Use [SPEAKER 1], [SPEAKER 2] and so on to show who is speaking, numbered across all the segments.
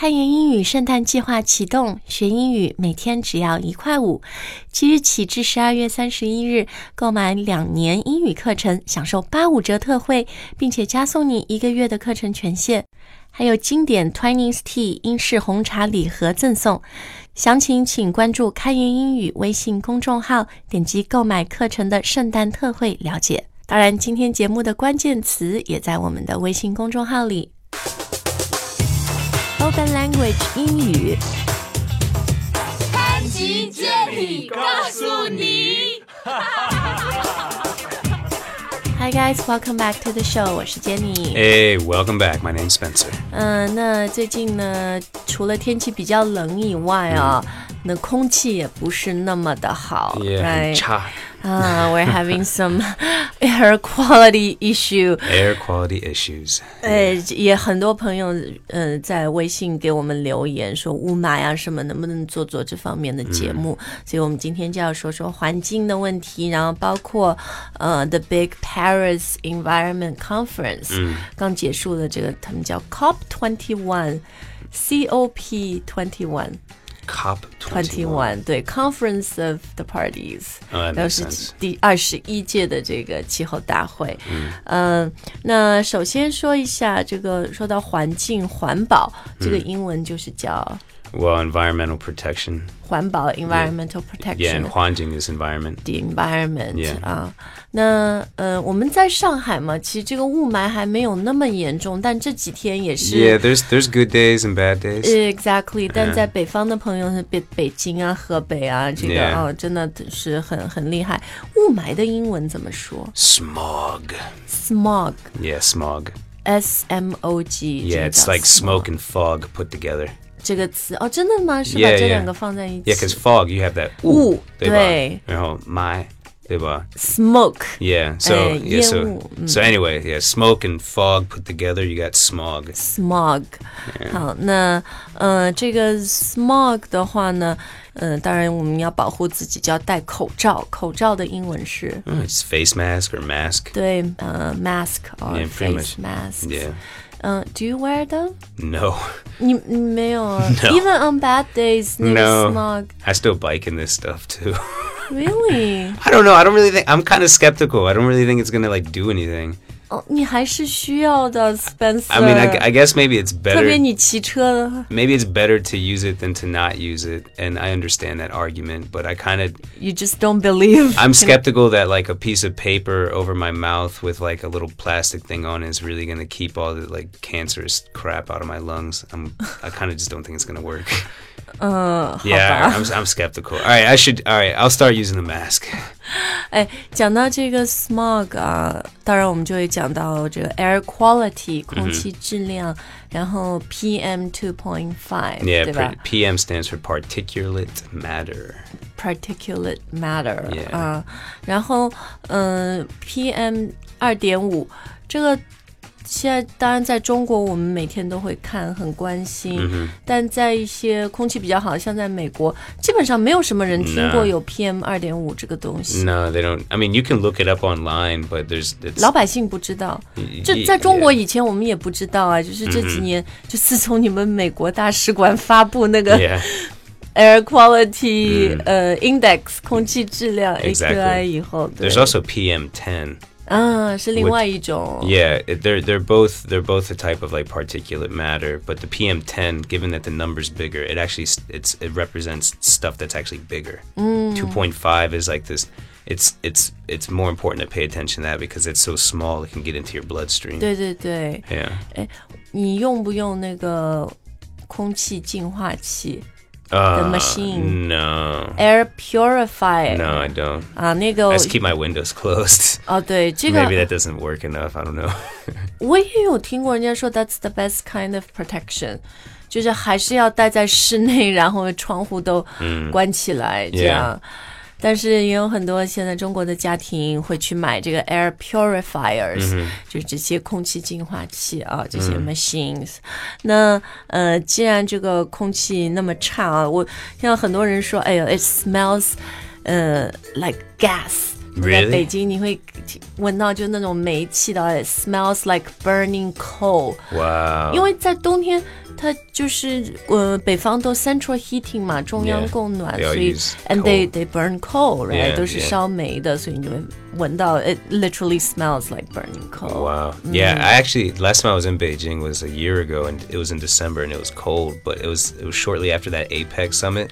[SPEAKER 1] 汉言英语圣诞计划启动，学英语每天只要一块五。即日起至十二月三十一日，购买两年英语课程，享受八五折特惠，并且加送你一个月的课程权限，还有经典 Twinings Tea 英式红茶礼盒赠送。详情请关注“开言英语”微信公众号，点击购买课程的圣诞特惠了解。当然，今天节目的关键词也在我们的微信公众号里。Open Language 英语。
[SPEAKER 2] 班级接力告诉你。
[SPEAKER 1] Hi guys, welcome back to the show。我是 Jenny。
[SPEAKER 3] Hey, welcome back. My name's Spencer.
[SPEAKER 1] 嗯、那最近呢，除了天气比较冷以外啊，那空气也不是那么的好。
[SPEAKER 3] Yeah,
[SPEAKER 1] right?
[SPEAKER 3] and cha.
[SPEAKER 1] 啊、w e r e having some air quality issue。
[SPEAKER 3] Air quality issues.
[SPEAKER 1] 呃，也很多朋友呃在微信给我们留言说雾霾啊什么，能不能做做这方面的节目？所以我们今天就要说说环境的问题，然后包括呃 The Big Paris Environment Conference，、刚结束的这个他们叫 COP twenty one，COP twenty one。
[SPEAKER 3] Cop
[SPEAKER 1] Twenty
[SPEAKER 3] twenty one.
[SPEAKER 1] One 对 Conference of the Parties，
[SPEAKER 3] Oh, that
[SPEAKER 1] 然后
[SPEAKER 3] makes
[SPEAKER 1] 是
[SPEAKER 3] sense.
[SPEAKER 1] 第二十一届的这个气候大会。嗯、那首先说一下这个，说到环境环保，这个英文就是叫
[SPEAKER 3] Well, environmental protection.
[SPEAKER 1] 环保 （environmental
[SPEAKER 3] Yeah,
[SPEAKER 1] protection）。
[SPEAKER 3] and Huanjing is environment.
[SPEAKER 1] The environment
[SPEAKER 3] Yeah.
[SPEAKER 1] 啊，那呃，我们在上海嘛，其实这个雾霾还没有那么严重，但这几天也嗯是呃
[SPEAKER 3] Yeah, there's there's good days and bad
[SPEAKER 1] Uh,
[SPEAKER 3] days.
[SPEAKER 1] Exactly，但在北方的朋友，北北京啊、河北啊，这个
[SPEAKER 3] Yeah.
[SPEAKER 1] 哦，真的是很很厉害。雾霾的英文怎么说
[SPEAKER 3] Smog.
[SPEAKER 1] ？Smog，S
[SPEAKER 3] Yeah, smog.
[SPEAKER 1] M O G。
[SPEAKER 3] Yeah,
[SPEAKER 1] 这个
[SPEAKER 3] it's
[SPEAKER 1] 叫
[SPEAKER 3] like smoke
[SPEAKER 1] smog
[SPEAKER 3] and fog put together.
[SPEAKER 1] 这个词哦，真的吗？是把
[SPEAKER 3] Yeah,
[SPEAKER 1] 这
[SPEAKER 3] yeah.
[SPEAKER 1] 两个放在一
[SPEAKER 3] Yeah, 'cause
[SPEAKER 1] 起
[SPEAKER 3] fog you have that
[SPEAKER 1] 雾，对。
[SPEAKER 3] 然后 Oh, my 对吧？
[SPEAKER 1] ？Smoke，
[SPEAKER 3] Yeah, so
[SPEAKER 1] Eh,
[SPEAKER 3] yeah, so
[SPEAKER 1] 烟雾，嗯。
[SPEAKER 3] so anyway, yeah, smoke and fog put together, you got smog.
[SPEAKER 1] smog。好，那呃，这个 smog 的话呢，呃，当然我们要保护自己，就要戴口罩。口罩的英文是
[SPEAKER 3] Oh, It's face mask or mask.
[SPEAKER 1] 对，呃，mask or
[SPEAKER 3] Yeah, pretty
[SPEAKER 1] face mask。
[SPEAKER 3] Yeah.
[SPEAKER 1] 嗯，Do you wear them？
[SPEAKER 3] No.
[SPEAKER 1] 你你没有啊
[SPEAKER 3] No
[SPEAKER 1] ？Even on bad days，那个
[SPEAKER 3] No.
[SPEAKER 1] smog
[SPEAKER 3] I still bike in this stuff too.
[SPEAKER 1] really？
[SPEAKER 3] I don't know. I don't really think. I'm kind of skeptical. I don't really think it's gonna like do anything.
[SPEAKER 1] 哦，你还是需要的，Spencer。
[SPEAKER 3] I mean, I, I guess maybe it's
[SPEAKER 1] 特别
[SPEAKER 3] better.
[SPEAKER 1] 你骑车的
[SPEAKER 3] Maybe it's better to use it than to not use it. And I understand that argument, but I kind of
[SPEAKER 1] ，you just don't believe。
[SPEAKER 3] I'm skeptical that like a piece of paper over my mouth with like a little plastic thing on it is really gonna keep all the like cancerous crap out of my lungs. I'm I kind of just don't think it's gonna work.
[SPEAKER 1] 嗯，好
[SPEAKER 3] Yeah,
[SPEAKER 1] 吧。
[SPEAKER 3] I'm, I'm skeptical. All right, I should. All right, I'll start using the mask.
[SPEAKER 1] 哎，讲到这个 smog 啊，当然我们就会讲到这个 air quality 空气质量，然后 PM two point five，
[SPEAKER 3] Yeah,
[SPEAKER 1] 对吧
[SPEAKER 3] par- PM stands for particulate matter.
[SPEAKER 1] ？Particulate matter
[SPEAKER 3] Yeah
[SPEAKER 1] 啊，然后嗯，PM 二点五这个现在当然在中国，我们每天都会看，很关心。但在一些空气比较好，像在美国，基本上没有什么人听过
[SPEAKER 3] No
[SPEAKER 1] 有 PM 二点五这个东西。
[SPEAKER 3] No, they don't. I mean, you can look it up online, but there's it's,
[SPEAKER 1] 老百姓不知道，这
[SPEAKER 3] yeah,
[SPEAKER 1] 在中国以前我们也不知道啊，就是这
[SPEAKER 3] 嗯
[SPEAKER 1] 几年，就自从你们美国大使馆发布那个
[SPEAKER 3] yeah, 嗯
[SPEAKER 1] air quality、呃 index 空气质量
[SPEAKER 3] Exactly
[SPEAKER 1] AQI 以后，对
[SPEAKER 3] there's，also PM10.
[SPEAKER 1] 嗯、是另外一种
[SPEAKER 3] Yeah, it- they're they're both they're both a type of like particulate matter, but the PM10, given that the number's bigger, it actually s- it's it represents stuff that's actually bigger. 2.5 is like this. It's it's it's more important to pay attention to that because it's so small it can get into your bloodstream.
[SPEAKER 1] 对对对，哎
[SPEAKER 3] Yeah.
[SPEAKER 1] 你用不用那个空气净化器
[SPEAKER 3] Uh,
[SPEAKER 1] machine.
[SPEAKER 3] No.
[SPEAKER 1] air purifier？
[SPEAKER 3] No, I don't.
[SPEAKER 1] 啊，那个
[SPEAKER 3] I just keep my windows closed.
[SPEAKER 1] 哦，对，这个
[SPEAKER 3] Maybe that doesn't work enough. I don't know.
[SPEAKER 1] 我也有听过人家说 that's the best kind of protection，就是还是要待在室内，然后窗户都关起来、这样。但是也有很多现在中国的家庭会去买这个 air purifiers，、就是这些空气净化器啊，这些 machines。那呃，既然这个空气那么差啊，我听到很多人说，哎呦，it smells，呃，like gas。在
[SPEAKER 3] Really?
[SPEAKER 1] 北京，你会闻到就那种煤气的，it smells like burning coal。
[SPEAKER 3] Wow.
[SPEAKER 1] 因为在冬天，它就是呃北方都 central heating 嘛，中央
[SPEAKER 3] Yeah,
[SPEAKER 1] 供暖
[SPEAKER 3] they all
[SPEAKER 1] 所以
[SPEAKER 3] use
[SPEAKER 1] and they
[SPEAKER 3] coal.
[SPEAKER 1] they burn coal right
[SPEAKER 3] Yeah,
[SPEAKER 1] 都是
[SPEAKER 3] yeah.
[SPEAKER 1] 烧煤的，所以你就会闻到 it literally smells like burning coal。
[SPEAKER 3] Wow. Yeah, I actually last time I was in Beijing was a year ago, and it was in December, and it was cold, but it was it was shortly after that APEC summit.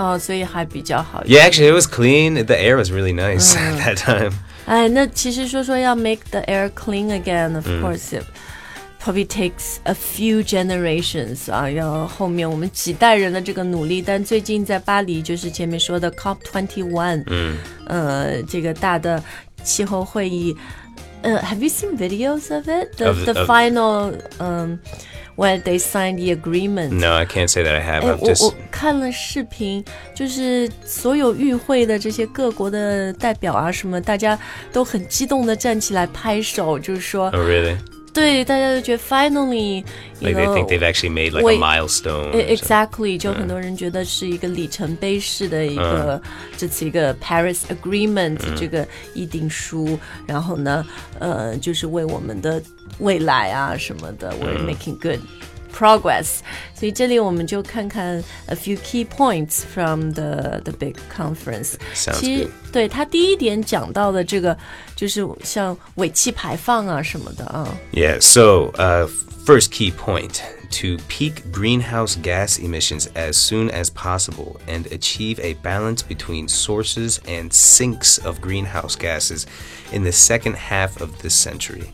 [SPEAKER 1] 哦，所以还比较好一点。
[SPEAKER 3] Yeah, actually, it was clean. The air was really nice at that time.
[SPEAKER 1] 哎，那其实说说要 make the air clean again, of course. it Probably takes a few generations 啊，要后面我们几代人的这个努力。但最近在巴黎，就是前面说的 COP 2 1嗯，呃，这个大的气候会议，呃，Have you seen videos of it? The
[SPEAKER 3] Of-
[SPEAKER 1] the
[SPEAKER 3] of-
[SPEAKER 1] final, um, where they signed the agreement.
[SPEAKER 3] No, I can't say that I have.
[SPEAKER 1] 哎，
[SPEAKER 3] I've
[SPEAKER 1] 我
[SPEAKER 3] just
[SPEAKER 1] 我看了视频，就是所有与会的这些各国的代表啊，什么，大家都很激动的站起来拍手，就是说，
[SPEAKER 3] oh really?
[SPEAKER 1] 对，大家都觉得 finally，you
[SPEAKER 3] Like they think
[SPEAKER 1] know。
[SPEAKER 3] they've actually made like
[SPEAKER 1] wait,
[SPEAKER 3] a milestone.
[SPEAKER 1] e-
[SPEAKER 3] or something.
[SPEAKER 1] Exactly，就
[SPEAKER 3] 嗯
[SPEAKER 1] 很多人觉得是一个里程碑式的一个，这次一个 Paris Agreement
[SPEAKER 3] 嗯
[SPEAKER 1] 这个议定书，然后呢，呃，就是为我们的未来啊什么的，we're
[SPEAKER 3] 嗯
[SPEAKER 1] making good progress。所以这里我们就看看 a few key points from the the big conference。
[SPEAKER 3] Sounds
[SPEAKER 1] 其实
[SPEAKER 3] good.
[SPEAKER 1] 对他第一点讲到的这个，就是像尾气排放啊什么的啊，
[SPEAKER 3] Yeah, so uh, first key point to peak greenhouse gas emissions as soon as possible and achieve a balance between sources and sinks of greenhouse gases in the second half of this century.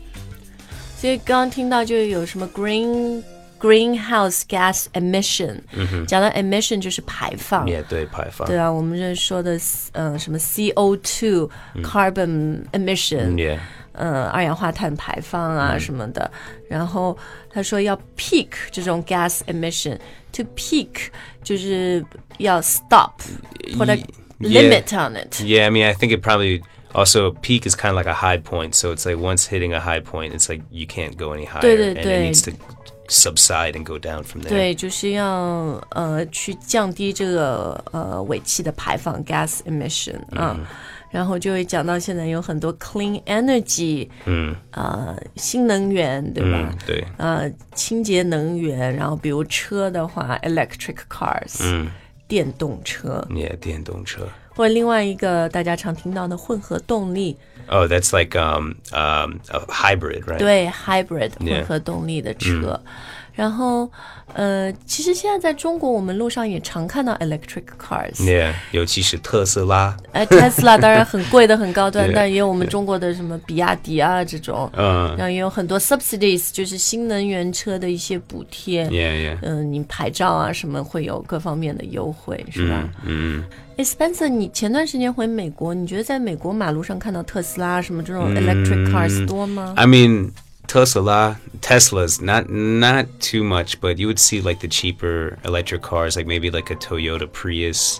[SPEAKER 1] 所以刚刚听到就有什么 green greenhouse gas emission，、讲到 emission 就是排放。对啊，我们这说的，呃，什么 CO2、carbon emission，、
[SPEAKER 3] Yeah.
[SPEAKER 1] 呃，二氧化碳排放啊什么的。然后他说要 peak 这种 gas emission，to peak 就是要 stop，put a
[SPEAKER 3] Y- yeah.
[SPEAKER 1] limit on it。
[SPEAKER 3] Yeah, I mean, I think it probably also peak is kind of like a high point. So it's like once hitting a high point, it's like you can't go any higher, and it
[SPEAKER 1] 对。
[SPEAKER 3] needs to subside and go down from there.
[SPEAKER 1] 对，就是要呃去降低这个呃尾气的排放 gas emission 啊，然后就会讲到现在有很多 clean energy，嗯，呃新能源对吧？
[SPEAKER 3] 对。
[SPEAKER 1] 呃清洁能源，然后比如车的话，electric cars，嗯，电动车，
[SPEAKER 3] Yeah, 电动车。
[SPEAKER 1] 或者另外一个大家常听到的混合动力，
[SPEAKER 3] Oh, that's like um, um, a hybrid, right?
[SPEAKER 1] 对 hybrid
[SPEAKER 3] Yeah
[SPEAKER 1] 混合动力的车。然后，呃，其实现在在中国，我们路上也常看到 electric cars。
[SPEAKER 3] Yeah, 尤其是特斯拉。
[SPEAKER 1] 呃，Tesla 当然 很贵的、很高端，
[SPEAKER 3] 对
[SPEAKER 1] 但也有我们中国的什么比亚迪啊这种，
[SPEAKER 3] 嗯
[SPEAKER 1] 然后也有很多 subsidies，就是新能源车的一些补贴。
[SPEAKER 3] Yeah, yeah.
[SPEAKER 1] 嗯，你牌照啊什么会有各方面的优惠，是吧？嗯。哎，Spencer，你前段时间回美国，你觉得在美国马路上看到特斯拉什么这种 electric cars 多吗？
[SPEAKER 3] 嗯 I mean, Tesla, Teslas, not not too much, but you would see like the cheaper electric cars, like maybe like a Toyota Prius,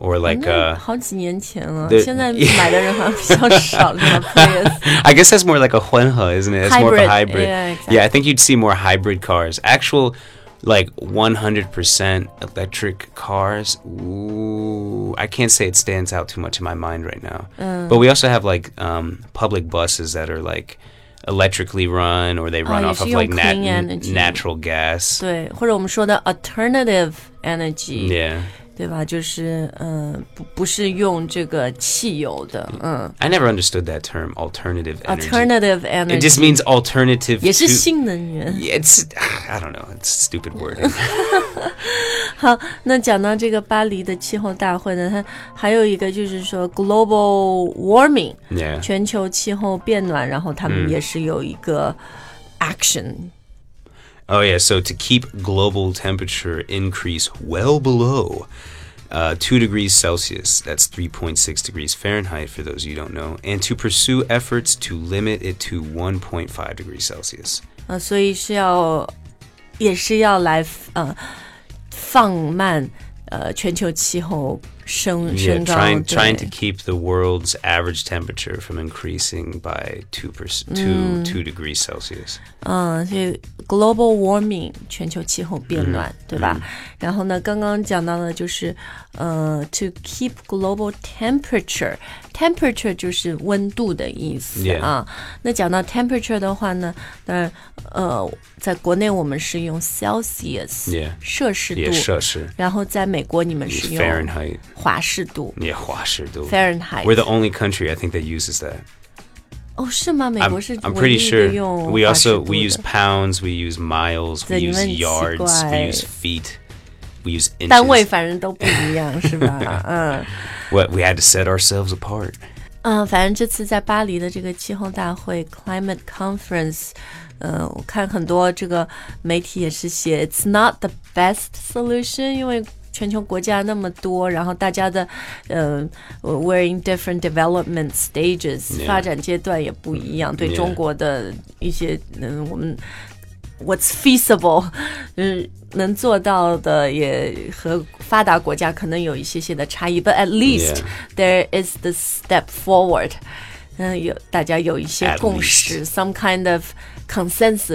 [SPEAKER 3] or like
[SPEAKER 1] 那
[SPEAKER 3] uh,
[SPEAKER 1] 好几年前了，
[SPEAKER 3] 对
[SPEAKER 1] 现在买的人好像比较 少了。Prius
[SPEAKER 3] I guess that's more like a Juanjo, isn't it? It's more of a
[SPEAKER 1] Hybrid,
[SPEAKER 3] hybrid.
[SPEAKER 1] yeah, exactly.
[SPEAKER 3] I think you'd see more hybrid cars. Actual, like 100% electric cars. Ooh, I can't say it stands out too much in my mind right now.
[SPEAKER 1] Mm.
[SPEAKER 3] But we also have like um, public buses that are like electrically run or they run
[SPEAKER 1] Oh, you
[SPEAKER 3] off
[SPEAKER 1] see
[SPEAKER 3] of
[SPEAKER 1] on
[SPEAKER 3] like nat-
[SPEAKER 1] clean energy.
[SPEAKER 3] natural gas.
[SPEAKER 1] 对，或者我们说的 alternative energy。
[SPEAKER 3] Yeah.
[SPEAKER 1] 对吧？就是嗯、呃不不是用这个汽油的，嗯
[SPEAKER 3] I never understood that term, alternative energy.
[SPEAKER 1] ，alternative
[SPEAKER 3] It
[SPEAKER 1] energy
[SPEAKER 3] just means alternative
[SPEAKER 1] 也是
[SPEAKER 3] to-
[SPEAKER 1] 新能源。
[SPEAKER 3] It's, I don't know, it's stupid wording.
[SPEAKER 1] 好，那讲到这个巴黎的气候大会呢，它还有一个就是说 global warming，
[SPEAKER 3] yeah.
[SPEAKER 1] 全球气候变暖，然后他
[SPEAKER 3] 嗯
[SPEAKER 1] 们也是有一个 action。
[SPEAKER 3] Oh yeah, so to keep global temperature increase well below uh, two degrees Celsius, that's 3.6 degrees Fahrenheit for those you don't know, and to pursue efforts to limit it to 1.5 degrees Celsius.
[SPEAKER 1] 啊，所以是要，也是要来呃放慢呃全球气候升
[SPEAKER 3] Yeah,
[SPEAKER 1] 升高，
[SPEAKER 3] trying
[SPEAKER 1] 对
[SPEAKER 3] trying to keep the world's average temperature from increasing by two percent, two two degrees Celsius.
[SPEAKER 1] 嗯，所以 global warming 全球气候变暖，
[SPEAKER 3] 嗯
[SPEAKER 1] 对吧？然后呢，刚刚讲到的就是呃，to keep global temperature。temperature 就是温度的意思
[SPEAKER 3] Yeah.
[SPEAKER 1] 啊。那讲到 temperature 的话呢，当然呃，在国内我们是用 Celsius
[SPEAKER 3] Yeah.
[SPEAKER 1] 摄氏度
[SPEAKER 3] Yeah, 摄氏
[SPEAKER 1] 然后在美国你们是
[SPEAKER 3] is
[SPEAKER 1] 用
[SPEAKER 3] Fahrenheit.
[SPEAKER 1] 华氏度
[SPEAKER 3] Yeah, 华氏度.
[SPEAKER 1] Fahrenheit。
[SPEAKER 3] We're the only country I think that uses that.
[SPEAKER 1] 哦，是吗？美国
[SPEAKER 3] I'm,
[SPEAKER 1] 是
[SPEAKER 3] I'm
[SPEAKER 1] 唯
[SPEAKER 3] pretty
[SPEAKER 1] 一的
[SPEAKER 3] sure.
[SPEAKER 1] 用
[SPEAKER 3] We
[SPEAKER 1] 华氏
[SPEAKER 3] also
[SPEAKER 1] 度
[SPEAKER 3] we
[SPEAKER 1] 的
[SPEAKER 3] use pounds, we use miles, we use
[SPEAKER 1] 这你们很奇
[SPEAKER 3] yards, we
[SPEAKER 1] 怪。
[SPEAKER 3] use feet, we use
[SPEAKER 1] 单位
[SPEAKER 3] inches.
[SPEAKER 1] 反正都不一样，是 吧？嗯。
[SPEAKER 3] What we had to set ourselves apart.
[SPEAKER 1] 嗯，反正这次在巴黎的这个气候大会 （Climate Conference），呃，我看很多这个媒体也是写 “It's not the best solution”，因为全球国家那么多，然后大家的，呃，we're in different development stages，、
[SPEAKER 3] Yeah.
[SPEAKER 1] 发展阶段也不一样。对
[SPEAKER 3] Yeah.
[SPEAKER 1] 中国的一些，嗯、我们 what's feasible，嗯，能做到的也和发达国家可能有一些些的差异，but at least、
[SPEAKER 3] Yeah.
[SPEAKER 1] there is the step forward。嗯，有大家有一些
[SPEAKER 3] At
[SPEAKER 1] 共识 s o m e kind of consensus。